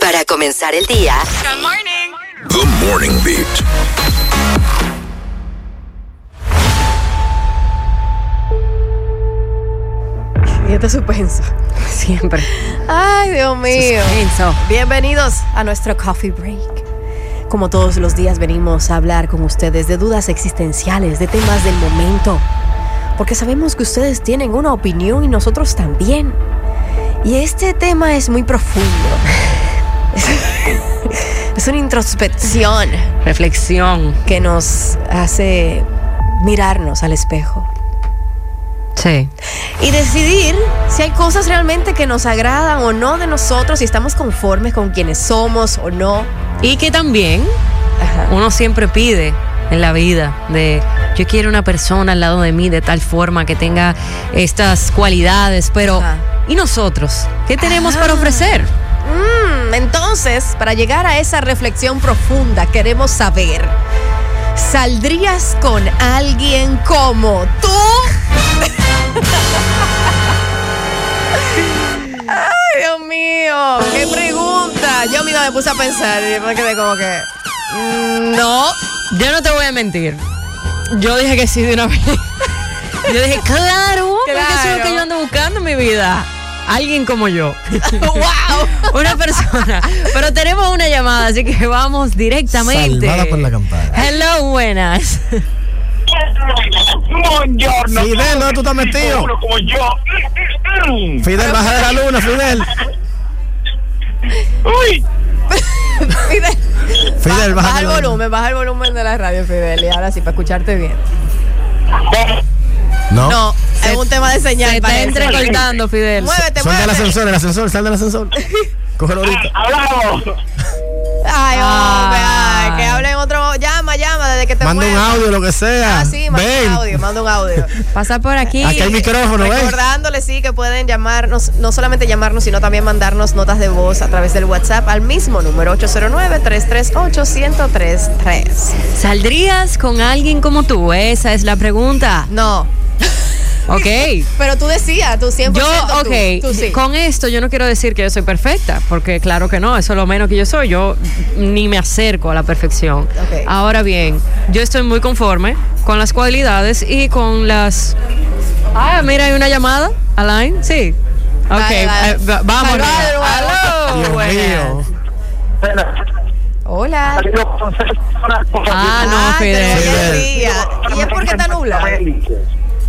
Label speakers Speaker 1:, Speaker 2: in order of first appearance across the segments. Speaker 1: Para comenzar el día.
Speaker 2: Good morning.
Speaker 3: The Morning Beat.
Speaker 4: Y este suspenso.
Speaker 5: Siempre.
Speaker 4: Ay, Dios mío.
Speaker 5: Suspenso.
Speaker 4: Bienvenidos a nuestro coffee break. Como todos los días venimos a hablar con ustedes de dudas existenciales, de temas del momento. Porque sabemos que ustedes tienen una opinión y nosotros también. Y este tema es muy profundo. es una introspección
Speaker 5: Reflexión.
Speaker 4: que nos hace mirarnos al espejo.
Speaker 5: Sí.
Speaker 4: y decidir si hay cosas realmente que nos agradan o no de nosotros, si estamos conformes con quienes somos o no.
Speaker 5: Y que también
Speaker 4: Ajá.
Speaker 5: uno siempre pide en la vida de yo quiero una persona al lado de mí de tal forma que tenga estas cualidades, pero
Speaker 4: Ajá.
Speaker 5: ¿y nosotros? ¿Qué tenemos
Speaker 4: Ah.
Speaker 5: para ofrecer?
Speaker 4: Mm, entonces, para llegar a esa reflexión profunda, queremos saber, ¿saldrías con alguien como tú? Ay, Dios mío, qué pregunta. Yo misma me puse a pensar y me quedé como que... mm, No.
Speaker 5: Yo no te voy a mentir. Yo dije que sí de una vez. Yo dije, claro, porque eso es lo
Speaker 4: Claro.
Speaker 5: que yo ando buscando en mi vida. Alguien como yo.
Speaker 4: ¡Wow!
Speaker 5: Una persona. Pero tenemos una llamada, así que vamos directamente.
Speaker 6: Salvada por la campana.
Speaker 5: Hello, buenas.
Speaker 7: Buongiorno.
Speaker 6: Fidel, ¿dónde tú estás metido?
Speaker 7: Uno como yo.
Speaker 6: Fidel, baja de la luna, Fidel.
Speaker 7: Uy,
Speaker 4: Fidel.
Speaker 6: Fidel,
Speaker 4: baja,
Speaker 6: baja de
Speaker 4: el
Speaker 6: la luna.
Speaker 4: volumen, baja el volumen de la radio, Fidel. Y ahora sí, para escucharte bien.
Speaker 6: No.
Speaker 4: No, es un tema de
Speaker 5: Te
Speaker 4: señal.
Speaker 5: está
Speaker 4: parece.
Speaker 5: entrecortando, Fidel.
Speaker 4: Muévete,
Speaker 6: Sal del
Speaker 4: muévete.
Speaker 6: ascensor, el ascensor, sal del ascensor. Cógelo
Speaker 4: Ah,
Speaker 6: ahorita.
Speaker 7: hablamos.
Speaker 4: Ay, hombre,
Speaker 5: Ah.
Speaker 4: ay, que hable en otro. Llama, llama, desde que te
Speaker 6: Manda un
Speaker 4: muevas.
Speaker 6: audio, lo que sea.
Speaker 4: Ah, sí, manda
Speaker 6: Ven.
Speaker 4: un audio, manda un audio.
Speaker 5: Pasa por aquí.
Speaker 6: Aquí hay micrófono, ¿ves?
Speaker 4: Recordándoles, sí, que pueden llamarnos, no solamente llamarnos, sino también mandarnos notas de voz a través del WhatsApp al mismo número 809-338-1033.
Speaker 5: ¿Saldrías con alguien como tú? Esa es la pregunta.
Speaker 4: No,
Speaker 5: Ok.
Speaker 4: pero tú decías, tú 100%
Speaker 5: Yo,
Speaker 4: tú,
Speaker 5: ok,
Speaker 4: tú sí.
Speaker 5: con esto yo no quiero decir que yo soy perfecta, porque claro que no, eso es lo menos que yo soy, yo ni me acerco a la perfección.
Speaker 4: Ok.
Speaker 5: Ahora bien, yo estoy muy conforme con las cualidades y con las... Ah, mira, hay una llamada, Alain, sí. Ok,
Speaker 4: Vale, vale.
Speaker 5: eh, va- vamos.
Speaker 4: Salvado
Speaker 5: arriba.
Speaker 4: de nuevo.
Speaker 5: Aló,
Speaker 6: Dios
Speaker 5: buenas.
Speaker 6: mío.
Speaker 4: Hola.
Speaker 5: Ah, no,
Speaker 4: Ah, pero
Speaker 5: Fidel.
Speaker 4: hoy es
Speaker 6: Fidel.
Speaker 4: día. ¿Y es porque está nublado?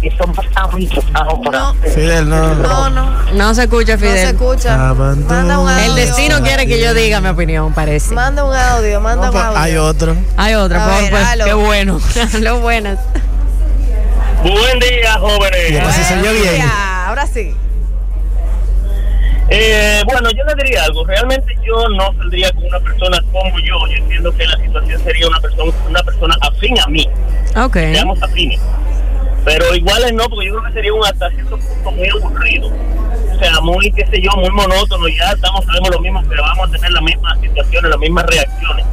Speaker 7: Y somos tan ricos ahora.
Speaker 4: No.
Speaker 6: Fidel, no.
Speaker 4: No, no, no
Speaker 5: No se escucha,
Speaker 4: se
Speaker 5: Fidel.
Speaker 4: escucha.
Speaker 6: Abandono.
Speaker 4: Manda un audio.
Speaker 5: El destino quiere que yo diga mi opinión, parece.
Speaker 4: Manda un audio, manda un
Speaker 6: No, pues,
Speaker 4: audio.
Speaker 6: Hay otro.
Speaker 5: Hay otra,
Speaker 4: A
Speaker 5: por
Speaker 4: ver,
Speaker 5: favor.
Speaker 4: aló.
Speaker 5: Qué bueno. Lo buenas.
Speaker 7: Buen día,
Speaker 6: Y
Speaker 7: jóvenes.
Speaker 6: ahora sí pues, se oye
Speaker 4: Ya,
Speaker 6: bien.
Speaker 4: ahora sí.
Speaker 7: Eh, bueno, yo le diría algo. Realmente yo no saldría con una persona como yo. Yo entiendo que la situación sería una persona, una persona afín a mí.
Speaker 5: Ok.
Speaker 4: ¿Eh?
Speaker 7: seamos afines. Pero iguales no, porque yo creo que sería un hasta cierto punto muy aburrido. O sea, muy, qué sé yo, muy monótono. Ya estamos, sabemos lo mismo, pero vamos a tener las mismas situaciones, las mismas reacciones.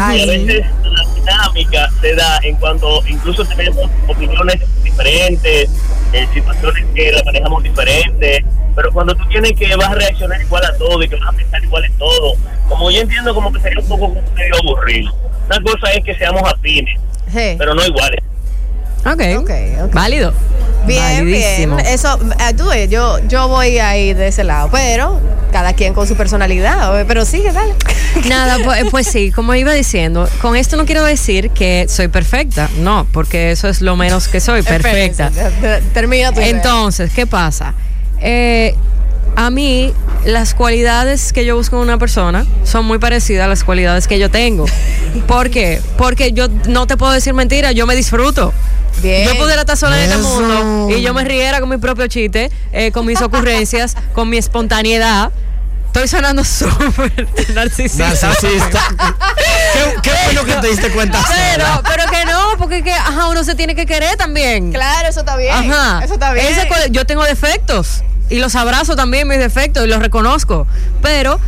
Speaker 4: Ay,
Speaker 7: Y a
Speaker 4: sí.
Speaker 7: veces la dinámica se da en cuanto incluso tenemos opiniones diferentes, eh, situaciones que las manejamos diferentes, pero cuando tú tienes que vas a reaccionar igual a todo y que vas a pensar igual en todo, como yo entiendo como que sería un poco medio aburrido. Una cosa es que seamos afines,
Speaker 4: Sí.
Speaker 7: pero no iguales.
Speaker 5: Ok.
Speaker 4: Ok, ok.
Speaker 5: Válido.
Speaker 4: Bien, bien.
Speaker 5: Validísimo.
Speaker 4: Eso, eh, tú ves, yo, yo voy ahí de ese lado, pero cada quien con su personalidad. eh, Pero sigue, dale.
Speaker 5: Nada, pu- pues, sí, como iba diciendo, con esto no quiero decir que soy perfecta, no, porque eso es lo menos que soy, perfecta.
Speaker 4: Espérense, te- te- Termina tu idea.
Speaker 5: Entonces, ¿qué pasa? Eh, a mí, las cualidades que yo busco en una persona son muy parecidas a las cualidades que yo tengo. ¿Por qué? Porque yo no te puedo decir mentira, yo me disfruto.
Speaker 4: Bien.
Speaker 5: Yo pudiera estar sola en este
Speaker 6: Eso.
Speaker 5: mundo y yo me riera con mi propio chiste, eh, con mis ocurrencias, con mi espontaneidad. Estoy sonando súper narcisista.
Speaker 6: Narcisista. qué, qué bueno que te diste cuenta.
Speaker 5: Pero,
Speaker 6: sola.
Speaker 5: pero que no, porque que, ajá, uno se tiene que querer también.
Speaker 4: Claro, eso está bien.
Speaker 5: Ajá.
Speaker 4: Eso está bien.
Speaker 5: Ese cual- yo tengo defectos y los abrazo también mis defectos y los reconozco. Pero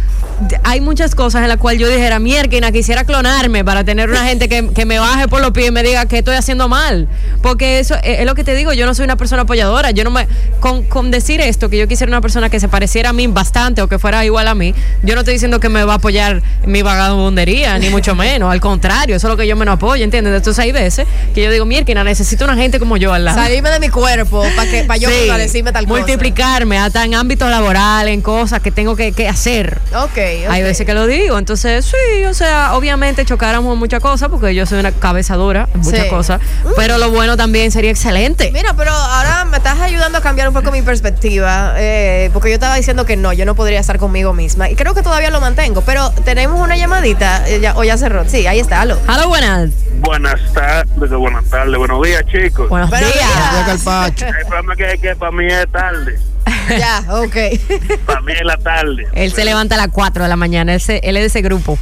Speaker 5: hay muchas cosas en las cuales yo dijera, mierda, quisiera clonarme para tener una gente que, que me baje por los pies y me diga que estoy haciendo mal. Porque eso eh, es, es lo que te digo, yo no soy una persona apoyadora. Yo no me, con, con decir esto, que yo quisiera una persona que se pareciera a mí bastante o que fuera igual a mí, yo no estoy diciendo que me va a apoyar en mi vagabundería, ni mucho menos. Al contrario, eso es lo que yo menos apoyo, ¿entiendes? Entonces hay veces que yo digo, mierda, necesito una gente como yo al lado.
Speaker 4: Salirme de mi cuerpo para que para yo
Speaker 5: Sí,
Speaker 4: fortalecerme tal cosa.
Speaker 5: multiplicarme hasta en ámbitos laborales, en cosas que tengo que, que hacer.
Speaker 4: Ok, ok.
Speaker 5: Hay veces que lo digo, entonces sí, o sea, obviamente chocáramos en muchas cosas, porque yo soy una cabezadora en muchas
Speaker 4: Sí.
Speaker 5: cosas, pero lo bueno también sería excelente.
Speaker 4: Mira, pero ahora me estás ayudando a cambiar un poco mi perspectiva, eh, porque yo estaba diciendo que no, yo no podría estar conmigo misma. Y creo que todavía lo mantengo, pero tenemos una llamadita, eh, ya- o ya cerró. Sí, ahí está, aló.
Speaker 5: Hola, buenas.
Speaker 1: Buenas tardes, buenas tardes, buenos días, chicos.
Speaker 5: Buenos
Speaker 4: Buenos
Speaker 5: días.
Speaker 4: días.
Speaker 6: Llega el Pacho.
Speaker 1: El problema que es que para mí es tarde,
Speaker 4: Ya, ok.
Speaker 1: para mí es la tarde.
Speaker 5: Él se levanta a las 4 de la mañana, él, se- él es de ese grupo.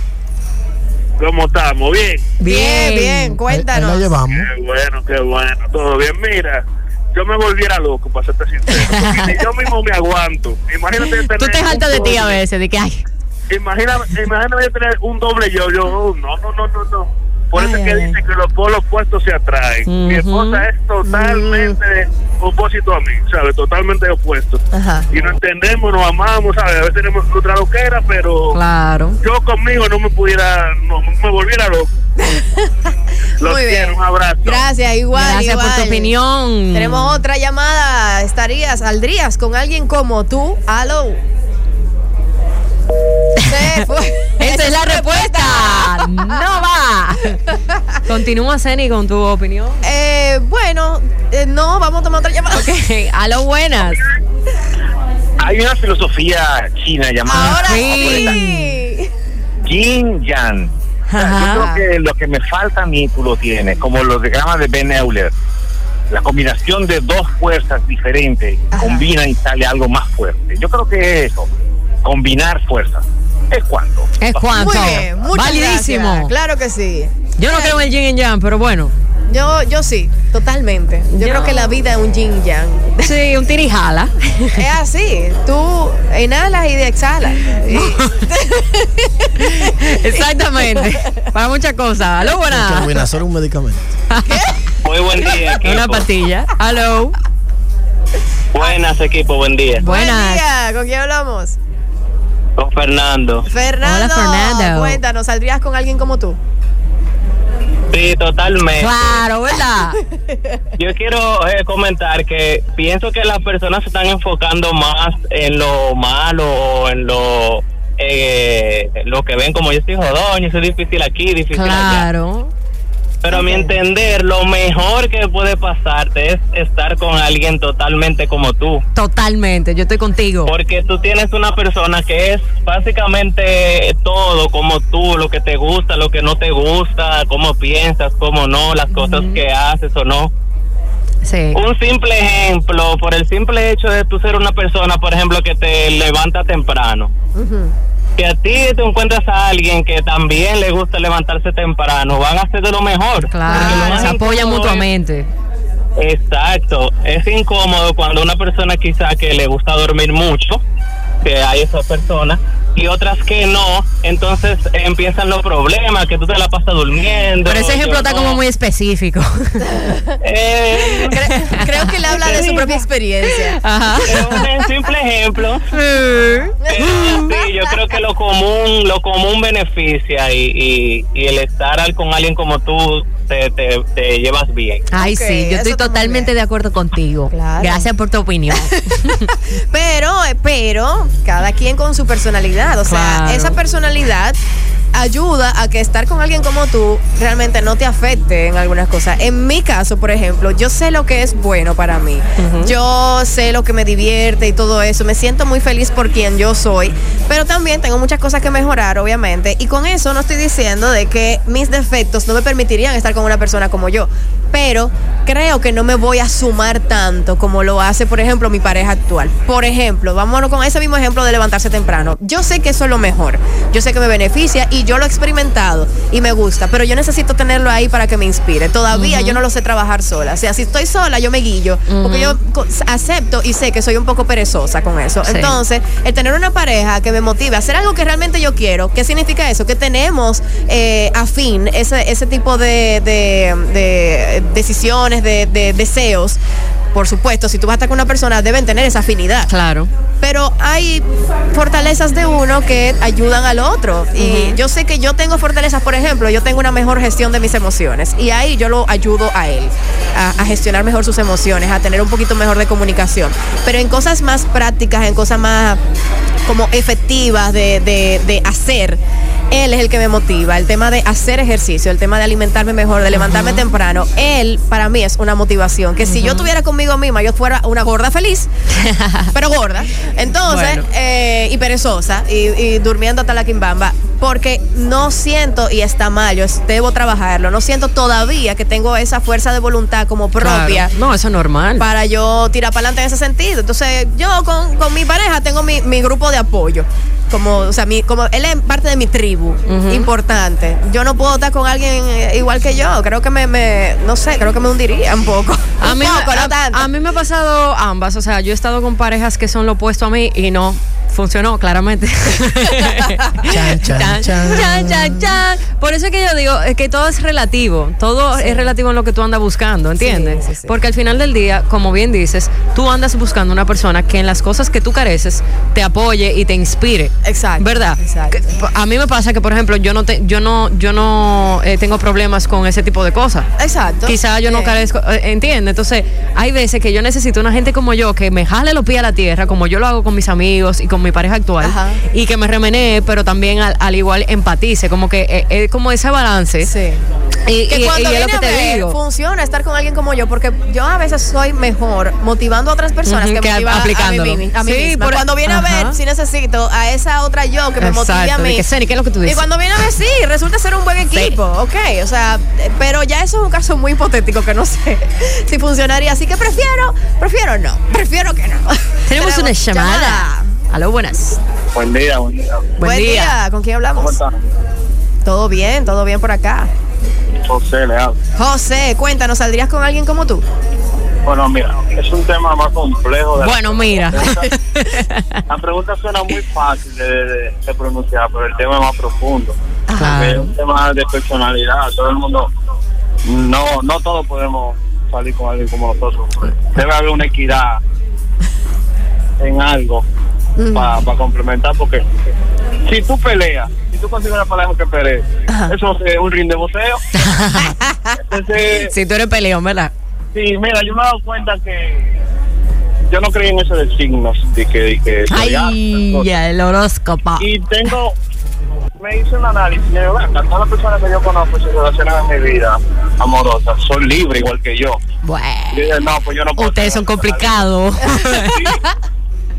Speaker 1: ¿Cómo estamos? Bien.
Speaker 4: Bien, bien,
Speaker 6: Ahí- ahí
Speaker 4: cuéntanos.
Speaker 6: la llevamos.
Speaker 1: Qué bueno, qué bueno, todo bien. Mira, yo me volviera loco, para serte sincero, porque ni yo mismo me aguanto. Imagínate tener
Speaker 5: Tú te
Speaker 1: un
Speaker 5: jaltas de ti a
Speaker 1: doble.
Speaker 5: veces, de que, ay,
Speaker 1: Imagina, imagínate tener un doble yo, yo, oh, no, no, no, no, no. Por eso
Speaker 5: Ay,
Speaker 1: es que
Speaker 5: ay,
Speaker 1: dicen que los polos opuestos se atraen. Mi
Speaker 5: Ujú.
Speaker 1: esposa es totalmente opósito a mí, ¿sabes? Totalmente opuesto.
Speaker 4: Ajá.
Speaker 1: y nos entendemos, nos amamos, ¿sabes? A veces tenemos otra loquera, pero
Speaker 5: claro.
Speaker 1: yo conmigo no me pudiera, no me volviera loco. Los
Speaker 4: Muy bien.
Speaker 1: quiero, un abrazo.
Speaker 4: Gracias, igual.
Speaker 5: Gracias por tu
Speaker 4: igual.
Speaker 5: opinión.
Speaker 4: Tenemos otra llamada. ¿Estarías, saldrías con alguien como tú? Aló. Se fue.
Speaker 5: Esa Este es la respuesta. No va. Continúa, Zeni, con tu opinión.
Speaker 4: Eh, bueno, eh, no, vamos a tomar otra llamada.
Speaker 5: A lo buenas.
Speaker 8: Hay una filosofía china llamada
Speaker 4: Ahora
Speaker 5: Sí.
Speaker 4: sí.
Speaker 8: Yin Yang. O sea,
Speaker 5: Ajá.
Speaker 8: yo creo que lo que me falta a mí tú lo tienes, como los diagramas de Ben Euler. La combinación de dos fuerzas diferentes combina y sale algo más fuerte. Yo creo que es eso, combinar fuerzas. ¿Es cuánto?
Speaker 5: Es cuanto.
Speaker 4: Muy bien, muchas
Speaker 5: Ah, Validísimo.
Speaker 4: gracias. Claro que sí.
Speaker 5: Yo no creo en el yin and yang, pero bueno.
Speaker 4: Yo, yo sí, totalmente. Yo,
Speaker 5: Yo-
Speaker 4: creo que la vida es un yin yang.
Speaker 5: Sí, un tirijala.
Speaker 4: Es así. Tú inhalas y exhalas. Y-
Speaker 5: Exactamente. Para muchas cosas. Aló, buenas.
Speaker 6: Carbinazol es un medicamento.
Speaker 7: Muy buen día,
Speaker 5: Una pastilla. Aló.
Speaker 7: Buenas, equipo, buen día.
Speaker 4: Buen
Speaker 5: Buenas.
Speaker 4: día, ¿Con quién hablamos?
Speaker 7: Con Fernando.
Speaker 4: Fernando.
Speaker 5: Fernando.
Speaker 4: Cuéntanos, ¿saldrías con alguien como tú?
Speaker 7: Sí, totalmente.
Speaker 5: Claro, ¿verdad?
Speaker 7: Yo quiero eh, comentar que pienso que las personas se están enfocando más en lo malo o en lo eh, lo que ven como yo soy jodón, yo soy difícil aquí, difícil allá.
Speaker 5: Claro.
Speaker 7: Pero a mi entender, lo mejor que puede pasarte es estar con alguien totalmente como tú.
Speaker 5: Totalmente. Yo estoy contigo.
Speaker 7: Porque tú tienes una persona que es básicamente todo como tú, lo que te gusta, lo que no te gusta, cómo piensas, cómo no, las cosas que haces o no.
Speaker 5: Sí.
Speaker 7: Un simple ejemplo, por el simple hecho de tú ser una persona, por ejemplo, que te levanta temprano. Que a ti te encuentras a alguien que también le gusta levantarse temprano, van a hacer de lo mejor. Porque lo
Speaker 5: Claro.
Speaker 7: más
Speaker 5: Se apoyan
Speaker 7: incómodo es-
Speaker 5: mutuamente.
Speaker 7: Exacto, es incómodo cuando una persona quizá que le gusta dormir mucho, que hay esas personas, y otras que no, entonces empiezan los problemas, que tú te la pasas durmiendo.
Speaker 5: Pero ese ejemplo
Speaker 7: yo
Speaker 5: está
Speaker 7: no.
Speaker 5: como muy específico.
Speaker 7: Eh,
Speaker 4: Cre- creo que él habla de su propia experiencia.
Speaker 5: Ajá.
Speaker 7: es un simple ejemplo. Pero sí, yo creo que lo común, lo común beneficia y, y- y el estar al- con alguien como tú te, te, te llevas bien.
Speaker 5: Ay,
Speaker 4: Ok,
Speaker 5: sí, yo
Speaker 4: eso
Speaker 5: estoy
Speaker 4: está muy
Speaker 5: totalmente
Speaker 4: bien.
Speaker 5: de acuerdo contigo.
Speaker 4: Claro.
Speaker 5: Gracias por tu opinión.
Speaker 4: Pero, eh, pero, cada quien con su personalidad. O sea,
Speaker 5: Claro.
Speaker 4: esa personalidad ayuda a que estar con alguien como tú realmente no te afecte en algunas cosas. En mi caso, por ejemplo, yo sé lo que es bueno para mí. Yo sé lo que me divierte y todo eso. Me siento muy feliz por quien yo soy. Pero también tengo muchas cosas que mejorar, obviamente. Y con eso no estoy diciendo de que mis defectos no me permitirían estar con una persona como yo. pero creo que no me voy a sumar tanto como lo hace, por ejemplo, mi pareja actual. Por ejemplo, vámonos con ese mismo ejemplo de levantarse temprano. Yo sé que eso es lo mejor, yo sé que me beneficia y yo lo he experimentado y me gusta, pero yo necesito tenerlo ahí para que me inspire. Todavía yo no lo sé trabajar sola. O sea, si estoy sola, yo me guillo, porque yo co- acepto y sé que soy un poco perezosa con eso.
Speaker 5: Sí.
Speaker 4: Entonces, entonces, el tener una pareja que me motive a hacer algo que realmente yo quiero, ¿qué significa eso? Que tenemos eh, afín ese, ese tipo de, de- de decisiones, de, de deseos. Por supuesto, si tú vas a estar con una persona, deben tener esa afinidad.
Speaker 5: Claro.
Speaker 4: Pero hay fortalezas de uno que ayudan al otro. Y yo sé que yo tengo fortalezas, por ejemplo, yo tengo una mejor gestión de mis emociones. Y ahí yo lo ayudo a él, a, a gestionar mejor sus emociones, a tener un poquito mejor de comunicación. Pero en cosas más prácticas, en cosas más como efectivas de, de- de hacer. Él es el que me motiva, el tema de hacer ejercicio, el tema de alimentarme mejor, de levantarme temprano. Él para mí es una motivación, que si yo tuviera conmigo misma, yo fuera una gorda feliz, pero gorda. Entonces,
Speaker 6: Bueno.
Speaker 4: eh, y perezosa, y, y durmiendo hasta la quimbamba, porque no siento, y está mal, yo es- debo trabajarlo, no siento todavía que tengo esa fuerza de voluntad como propia
Speaker 5: Claro. No, eso es normal.
Speaker 4: para yo tirar para adelante en ese sentido. Entonces, yo con, con mi pareja tengo mi, mi grupo de apoyo. Como, o sea, mi, como él es parte de mi tribu, importante. Yo no puedo estar con alguien eh, igual que yo. Creo que me, me- no sé, creo que me hundiría un poco.
Speaker 5: A
Speaker 4: un
Speaker 5: mí, me-
Speaker 4: poco, no
Speaker 5: a-
Speaker 4: tanto.
Speaker 5: a mí me ha pasado ambas. O sea, yo he estado con parejas que son lo opuesto a mí y no funcionó, claramente.
Speaker 6: Chan, chan, chan.
Speaker 5: chan, chan, chan. Por eso es que yo digo es que todo es relativo. Todo es relativo en lo que tú andas buscando, ¿entiendes?
Speaker 4: sí, sí.
Speaker 5: Porque al final del día, como bien dices, tú andas buscando una persona que en las cosas que tú careces te apoye y te inspire.
Speaker 4: Exacto,
Speaker 5: ¿Verdad?
Speaker 4: exacto.
Speaker 5: Que- a mí me pasa que, por ejemplo, yo no, te- yo no, yo no eh, tengo problemas con ese tipo de cosas.
Speaker 4: Exacto.
Speaker 5: Quizá yo no
Speaker 4: Bien.
Speaker 5: carezco, eh, entiende. Entonces, hay veces que yo necesito una gente como yo que me jale los pies a la tierra, como yo lo hago con mis amigos y con mi pareja actual,
Speaker 4: Ajá.
Speaker 5: y que me remenee, pero también al, al igual empatice, como que eh, es como ese balance.
Speaker 4: Sí.
Speaker 5: Y,
Speaker 4: que
Speaker 5: y-
Speaker 4: cuando
Speaker 5: y es
Speaker 4: viene
Speaker 5: lo que
Speaker 4: a
Speaker 5: te
Speaker 4: ver,
Speaker 5: digo.
Speaker 4: funciona estar con alguien como yo, porque yo a veces soy mejor motivando a otras personas
Speaker 5: Ujú,
Speaker 4: que,
Speaker 5: que a-
Speaker 4: motiva
Speaker 5: aplicándolo.
Speaker 4: a mí, mi- a mí
Speaker 5: Sí,
Speaker 4: misma.
Speaker 5: por- e-
Speaker 4: cuando viene a
Speaker 5: ajá.
Speaker 4: ver, si necesito a esa otra yo que me motive a
Speaker 5: Exacto, de
Speaker 4: mí.
Speaker 5: que, Seni, ¿qué es lo que tú dices?
Speaker 4: Y cuando viene a ver, sí, resulta ser un buen equipo, ok, o sea, eh, pero ya eso es un caso muy hipotético que no sé si funcionaría, así que prefiero, prefiero no, prefiero que no.
Speaker 5: Tenemos una llamada. Aló, buenas.
Speaker 8: Buen día, buen día.
Speaker 5: Buen,
Speaker 4: Buen, día.
Speaker 5: día.
Speaker 4: ¿con quién hablamos?
Speaker 8: ¿Cómo están?
Speaker 4: Todo bien, todo bien por acá.
Speaker 8: José Leal.
Speaker 4: José, cuéntanos, ¿saldrías con alguien como tú?
Speaker 8: Bueno, mira, es un tema más complejo. De
Speaker 5: Bueno, mira.
Speaker 8: La pregunta suena muy fácil de, de- de pronunciar, pero el tema es más profundo. Porque Es
Speaker 5: Claro.
Speaker 8: un tema de personalidad. Todo el mundo, no, no todos podemos salir con alguien como nosotros. Debe haber una equidad en algo para complementar, porque si tú peleas, si tú consigues una pareja que pelee, eso es un ring de voceo. Entonces,
Speaker 5: Si tú eres peleón, ¿verdad?
Speaker 8: Sí, mira, yo me he dado cuenta que yo no creí en eso de signos, de que, de que
Speaker 5: Ay,
Speaker 8: zodiaco,
Speaker 5: el horóscopo.
Speaker 8: y tengo, me hice un análisis, y digo, "Ven acá, todas las personas que yo conozco y se relacionan en mi vida amorosa son libres igual que yo. Y yo
Speaker 5: Bueno,
Speaker 8: dije, no, pues yo no puedo
Speaker 5: ustedes son
Speaker 8: ser así".
Speaker 5: complicados.
Speaker 8: Sí.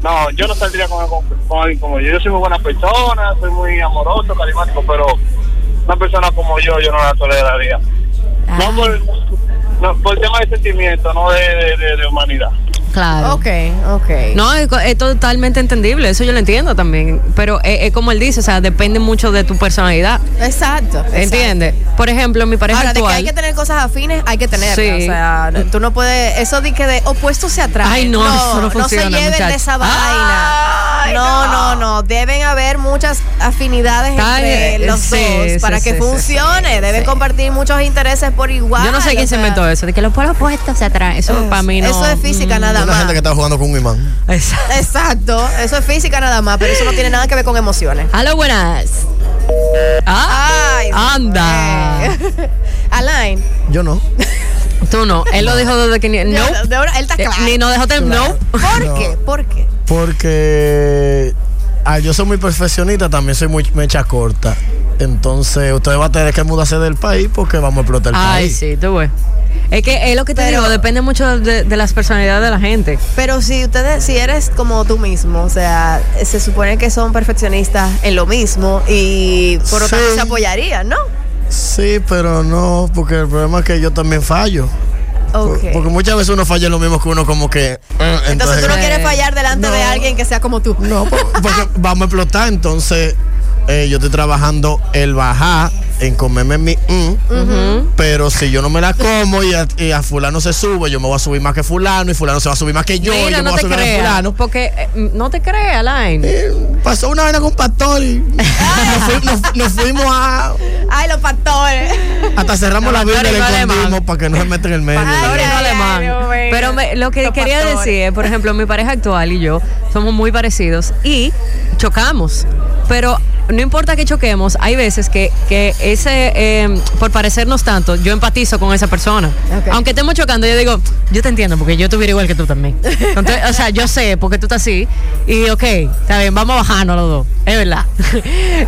Speaker 8: No, yo no saldría con, con- con alguien como yo. Yo soy muy buena persona, soy muy amoroso, carismático, pero una persona como yo, yo no la toleraría. No, por, no, por tema de sentimiento, no de- de- de- de humanidad.
Speaker 5: Claro.
Speaker 4: Ok, ok.
Speaker 5: No, es, co- es totalmente entendible, eso yo lo entiendo también, pero es, es como él dice, o sea, depende mucho de tu personalidad,
Speaker 4: Exacto. exacto.
Speaker 5: ¿entiendes? Por ejemplo, mi pareja
Speaker 4: Ahora, de que
Speaker 5: actual...
Speaker 4: hay que tener cosas afines, hay que tenerlas.
Speaker 5: Sí.
Speaker 4: O sea, no- tú no puedes. Eso de que de opuestos se atraen.
Speaker 5: Ay, no, eso no funciona,
Speaker 4: se lleven
Speaker 5: muchacho.
Speaker 4: de esa
Speaker 5: Ay,
Speaker 4: vaina. No, no, no. Deben haber muchas afinidades
Speaker 5: Ay,
Speaker 4: entre
Speaker 5: eh,
Speaker 4: los
Speaker 5: sí,
Speaker 4: dos
Speaker 5: sí,
Speaker 4: para
Speaker 5: sí,
Speaker 4: que
Speaker 5: sí,
Speaker 4: funcione.
Speaker 5: sí,
Speaker 4: Deben
Speaker 5: sí.
Speaker 4: compartir muchos intereses por igual.
Speaker 5: yo no sé quién
Speaker 4: o
Speaker 5: se
Speaker 4: sea, Eh,
Speaker 5: inventó eso, de que los polos opuestos se atraen, eso para mí no...
Speaker 4: Eso es física nada
Speaker 6: Una
Speaker 4: más.
Speaker 6: gente que estaba jugando con un imán.
Speaker 5: Mm, exacto.
Speaker 4: Exacto. Eso es física nada más, pero eso no tiene nada que ver con emociones.
Speaker 5: Aló, buenas. Ah,
Speaker 4: Ay,
Speaker 5: anda.
Speaker 4: eh. Alain.
Speaker 6: Yo no.
Speaker 5: Tú no, él lo dijo desde que... Ni,
Speaker 4: ya,
Speaker 5: nope.
Speaker 4: de ahora, él está
Speaker 5: Eh,
Speaker 4: claro.
Speaker 5: Ni no dejó de...
Speaker 6: Claro.
Speaker 5: Nope.
Speaker 4: ¿Por
Speaker 6: No.
Speaker 4: qué? ¿Por qué?
Speaker 6: Porque ah, yo soy muy perfeccionista, también soy muy mecha corta. Entonces, ustedes van a tener que mudarse del país porque vamos a explotar el
Speaker 5: Ay,
Speaker 6: país.
Speaker 5: sí, tú ves. Es que es lo que te
Speaker 4: Pero-
Speaker 5: digo, depende mucho de, de las personalidades de la gente.
Speaker 4: Pero si ustedes, si eres como tú mismo, o sea, se supone que son perfeccionistas en lo mismo y por lo tanto
Speaker 6: Sí.
Speaker 4: se apoyarían, ¿no?
Speaker 6: Sí, Sí, pero no, porque el problema es que yo también fallo.
Speaker 4: Ok.
Speaker 6: Por- Porque muchas veces uno falla en lo mismo que uno como que... eh,
Speaker 4: Entonces tú no quieres fallar delante de
Speaker 6: No.
Speaker 4: alguien que sea como tú.
Speaker 6: No, po- porque vamos a explotar. Entonces, eh, yo estoy trabajando el bajar, en comerme mi. mm, Pero si yo no me la como y a, y a Fulano se sube, yo me voy a subir más que Fulano y Fulano se va a subir más que yo. y
Speaker 5: Mira,
Speaker 6: yo me
Speaker 5: no
Speaker 6: voy
Speaker 5: te
Speaker 6: a subir más que
Speaker 5: creas.
Speaker 6: Fulano.
Speaker 5: Porque eh, no te creas, Line.
Speaker 6: Eh, pasó una vaina con Pastor y nos, fui- nos- nos fuimos a.
Speaker 4: Ay, los pastores.
Speaker 6: Hasta cerramos la Biblia y
Speaker 5: Pastores
Speaker 6: le
Speaker 5: no alemán.
Speaker 6: escondimos para que no se meta en el medio.
Speaker 4: Pastores.
Speaker 5: Ahora en
Speaker 4: Ay, ay,
Speaker 5: alemán.
Speaker 4: Dios mío.
Speaker 5: Pero me- lo que
Speaker 4: Los
Speaker 5: quería
Speaker 4: pastores.
Speaker 5: decir es, por ejemplo, mi pareja actual y yo somos muy parecidos y chocamos. Pero no importa que choquemos, hay veces que, que ese, eh, por parecernos tanto, yo empatizo con esa persona.
Speaker 4: Ok.
Speaker 5: Aunque estemos chocando, yo digo, yo te entiendo, porque yo estuviera igual que tú también. Entonces, o sea, yo sé, porque tú estás así. Y ok, está bien, vamos a bajarnos los dos. Es verdad.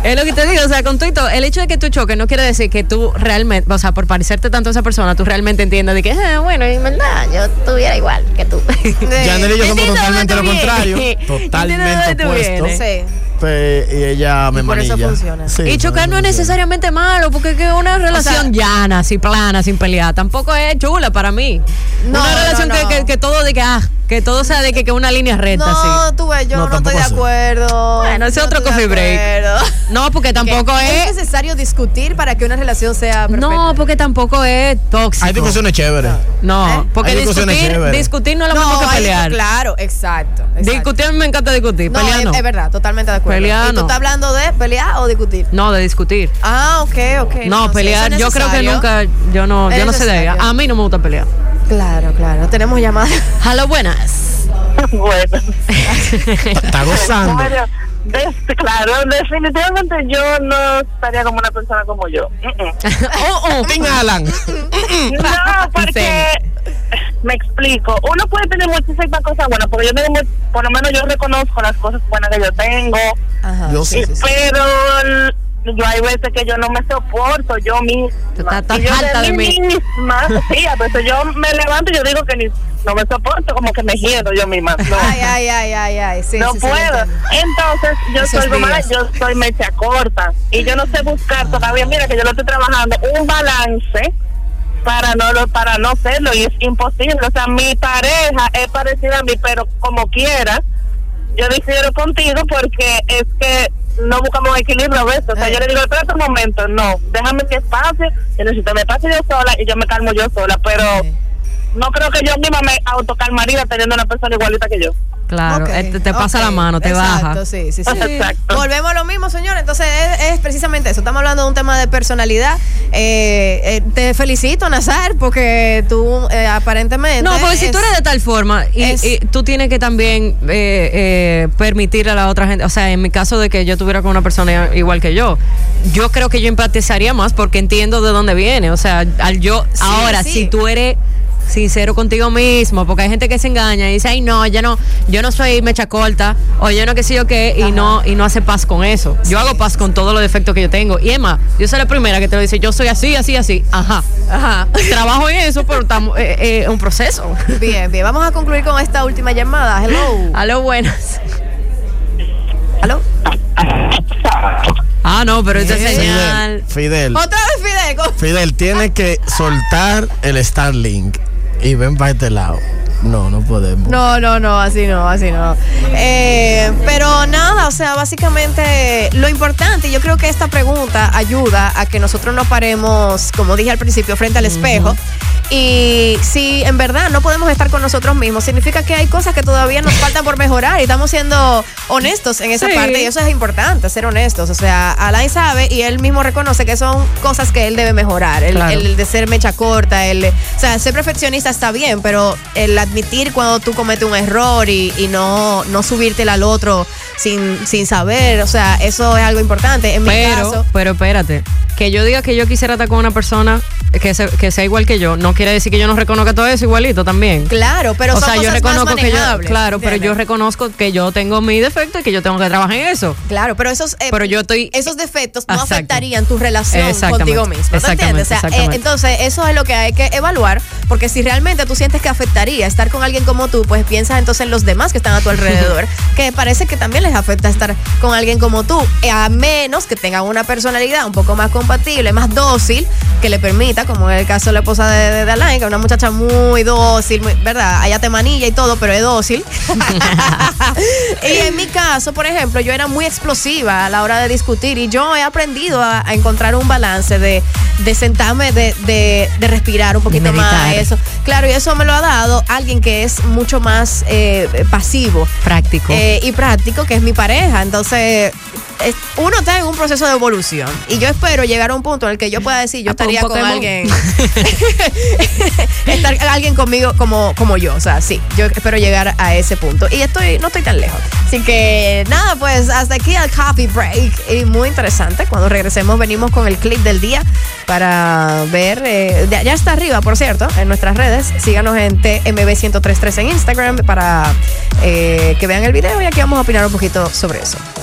Speaker 5: es lo que te digo, o sea, con todo y todo, el hecho de que tú choques no quiere decir que tú realmente, o sea, por parecerte tanto a esa persona, tú realmente entiendas de que, "Ah, bueno, en verdad, yo estuviera igual que tú.
Speaker 6: Yanel y yo
Speaker 5: Entiendo
Speaker 6: somos
Speaker 5: de
Speaker 6: totalmente lo
Speaker 5: dónde tú
Speaker 6: contrario.
Speaker 5: vienes. Entiendo de
Speaker 6: Totalmente
Speaker 5: dónde tú
Speaker 6: opuesto.
Speaker 5: vienes.
Speaker 4: Sí.
Speaker 6: Pe- Y ella me
Speaker 4: por eso
Speaker 6: manilla.
Speaker 4: funciona.
Speaker 6: Sí,
Speaker 5: y chocar no es
Speaker 6: funciona.
Speaker 5: necesariamente malo, porque es que una relación llana, así plana, sin pelear, tampoco es chula para mí.
Speaker 4: No,
Speaker 5: una
Speaker 4: no,
Speaker 5: relación que-
Speaker 4: no.
Speaker 5: Que, que todo de que, ah, que todo sea de que, que una línea recta,
Speaker 4: No,
Speaker 5: así.
Speaker 4: tú ves, yo
Speaker 6: No,
Speaker 4: no, estoy de
Speaker 6: tampoco así.
Speaker 4: acuerdo.
Speaker 5: Bueno, ese
Speaker 4: Yo
Speaker 5: otro
Speaker 4: estoy de
Speaker 5: coffee break.
Speaker 4: acuerdo.
Speaker 5: No, porque tampoco
Speaker 4: Que
Speaker 5: es.
Speaker 4: es necesario discutir para que una relación sea perfecta.
Speaker 5: No, porque tampoco es tóxico.
Speaker 6: Hay discusiones chéveres.
Speaker 5: No,
Speaker 4: ¿Eh?
Speaker 5: porque
Speaker 6: Hay discusiones
Speaker 5: discutir,
Speaker 6: chéveres.
Speaker 5: discutir no es lo
Speaker 4: No,
Speaker 5: mismo que
Speaker 4: ahí-
Speaker 5: pelear.
Speaker 4: Claro, exacto. exacto.
Speaker 5: Discutir me encanta discutir,
Speaker 4: No,
Speaker 5: pelear
Speaker 4: es,
Speaker 5: no.
Speaker 4: es verdad, totalmente de acuerdo.
Speaker 5: Pelear
Speaker 4: ¿Y tú
Speaker 5: no.
Speaker 4: estás hablando de pelear o discutir?
Speaker 5: No, de discutir.
Speaker 4: Ah, ok, ok.
Speaker 5: No,
Speaker 4: sí,
Speaker 5: pelear,
Speaker 4: eso es
Speaker 5: yo creo que
Speaker 4: necesario.
Speaker 5: nunca, yo no,
Speaker 4: Es
Speaker 5: yo no sé de
Speaker 4: necesario.
Speaker 5: A mí no me gusta pelear.
Speaker 4: Claro, claro. Tenemos llamadas.
Speaker 5: Hola, buenas.
Speaker 9: Bueno,
Speaker 6: Está gozando.
Speaker 9: bueno, des- claro, definitivamente yo no estaría como una persona como yo. Mm, mm.
Speaker 5: Oh, oh.
Speaker 6: Ting Alan.
Speaker 9: No, porque me explico. Uno puede tener muchísimas cosas buenas, porque yo tengo, mu- por lo menos yo reconozco las cosas buenas que yo tengo,
Speaker 4: Ajá.
Speaker 6: Yo sí.
Speaker 9: pero l- yo hay veces que yo no me soporto yo
Speaker 5: Tú
Speaker 9: misma.
Speaker 5: estás- estás
Speaker 9: Y yo
Speaker 5: harta de mí.
Speaker 9: misma, sí, a veces yo me levanto y yo digo que ni, no me soporto, como que me hiero yo misma. No.
Speaker 4: Ay, ay, ay, ay, ay. Sí,
Speaker 9: no
Speaker 4: sí, sí, lo
Speaker 9: puedo.
Speaker 4: entiendo.
Speaker 9: Entonces, yo
Speaker 4: Esos
Speaker 9: soy mamá,
Speaker 4: días.
Speaker 9: yo soy mecha corta. Y yo no sé
Speaker 4: Ah.
Speaker 9: buscar todavía, mira que yo lo estoy trabajando, un balance para no lo, para no serlo y es imposible. O sea, mi pareja es parecida a mí, pero como quiera, yo decido contigo porque es que no buscamos equilibrio a veces. O sea,
Speaker 4: Ay.
Speaker 9: yo le digo, espérate un momento, no, déjame que pase, yo necesito me pase yo sola y yo me calmo yo sola, pero...
Speaker 4: Sí.
Speaker 9: No creo que yo misma me autocalmaría teniendo una persona igualita que yo.
Speaker 5: Claro,
Speaker 4: Ok,
Speaker 5: eh, te, te pasa
Speaker 4: ok,
Speaker 5: la mano, te baja.
Speaker 4: Exacto, sí, sí, sí.
Speaker 9: Exacto.
Speaker 4: Volvemos a lo mismo, señor. Entonces es, es precisamente eso. Estamos hablando de un tema de personalidad. Eh, eh, te felicito, Nazar, porque tú eh, aparentemente...
Speaker 5: No, porque si
Speaker 4: es-
Speaker 5: tú eres de tal forma y,
Speaker 4: es-
Speaker 5: y tú tienes que también eh, eh, permitir a la otra gente, o sea, en mi caso de que yo estuviera con una persona igual que yo, yo creo que yo empatizaría más porque entiendo de dónde viene, o sea, al yo ahora
Speaker 4: sí.
Speaker 5: si tú eres sincero contigo mismo, porque hay gente que se engaña y dice, "Ay, no, yo no, yo no soy mecha corta o yo no qué sé yo qué" y no y no hace paz con eso. Yo hago paz con todos los defectos que yo tengo. Y Emma, yo soy la primera que te lo dice, "Yo soy así, así, así." Ajá. Ajá. Trabajo en eso, pero estamos eh, eh, un proceso.
Speaker 4: Bien, bien. Vamos a concluir con esta última llamada. Hello.
Speaker 5: A lo buenas.
Speaker 4: Hello.
Speaker 5: Ah, no, pero esta
Speaker 4: Eh.
Speaker 5: señal.
Speaker 6: Fidel, Fidel,
Speaker 4: Otra vez Fidel. con-
Speaker 6: Fidel, tiene que soltar el Starlink y ven para este lado. No, no podemos.
Speaker 4: No, no, no, así no, así no. Eh, pero nada, o sea, básicamente lo importante, yo creo que esta pregunta ayuda a que nosotros nos paremos, como dije al principio, frente al espejo. Y si en verdad no podemos estar con nosotros mismos, significa que hay cosas que todavía nos faltan por mejorar y estamos siendo honestos en esa
Speaker 5: Sí.
Speaker 4: parte y eso es importante, ser honestos. O sea, Alain sabe y él mismo reconoce que son cosas que él debe mejorar. El,
Speaker 5: Claro.
Speaker 4: el de ser mecha corta, el, o sea, ser perfeccionista está bien, pero el admitir cuando tú cometes un error y, y no, no subírtela al otro sin, sin saber, o sea, eso es algo importante. En mi
Speaker 5: Pero,
Speaker 4: caso,
Speaker 5: pero espérate. Que yo diga que yo quisiera estar con una persona que, se- que sea igual que yo, no quiere decir que yo no reconozca todo eso igualito también.
Speaker 4: Claro, pero
Speaker 5: o
Speaker 4: son
Speaker 5: sea, yo
Speaker 4: cosas
Speaker 5: reconozco
Speaker 4: más
Speaker 5: que yo,
Speaker 4: manejables,
Speaker 5: claro, pero yo
Speaker 4: ¿entiendes?
Speaker 5: reconozco que yo tengo mi defecto y que yo tengo que trabajar en eso.
Speaker 4: Claro, pero esos, eh,
Speaker 5: Pero yo estoy-
Speaker 4: esos defectos no
Speaker 5: Exacto.
Speaker 4: afectarían tu relación
Speaker 5: Exactamente,
Speaker 4: contigo mismo. ¿Me
Speaker 5: exactamente,
Speaker 4: entiendes? O sea, eh,
Speaker 5: exactamente.
Speaker 4: entonces, eso es lo que hay que evaluar, porque si realmente tú sientes que afectaría estar con alguien como tú, pues piensas entonces en los demás que están a tu alrededor, que parece que también les afecta estar con alguien como tú, eh, a menos que tengan una personalidad un poco más compatible, más dócil, que le permita, como en el caso de la esposa de, de, de Alain, que es una muchacha muy dócil, muy- ¿verdad? Allá te manilla y todo, pero es dócil. y en mi caso, por ejemplo, yo era muy explosiva a la hora de discutir y yo he aprendido a, a encontrar un balance de, de sentarme, de, de- de respirar un poquito más.
Speaker 5: meditar.
Speaker 4: Eso. Claro, y eso me lo ha dado alguien que es mucho más eh, pasivo
Speaker 5: Práctico.
Speaker 4: eh, y práctico, que es mi pareja. Entonces, es- uno está en un proceso de evolución y yo espero llegar a un punto en el que yo pueda decir, yo
Speaker 5: Ah, pues, un
Speaker 4: estaría con
Speaker 5: Pokémon.
Speaker 4: alguien, estar alguien conmigo como, como yo, o sea, sí, yo espero llegar a ese punto y estoy, no estoy tan lejos. Así que nada, pues hasta aquí el coffee break y muy interesante. Cuando regresemos venimos con el clip del día para ver, eh, ya ya está arriba, por cierto, en nuestras redes. Síganos en TMB1033 en Instagram para eh, que vean el video y aquí vamos a opinar un poquito sobre eso.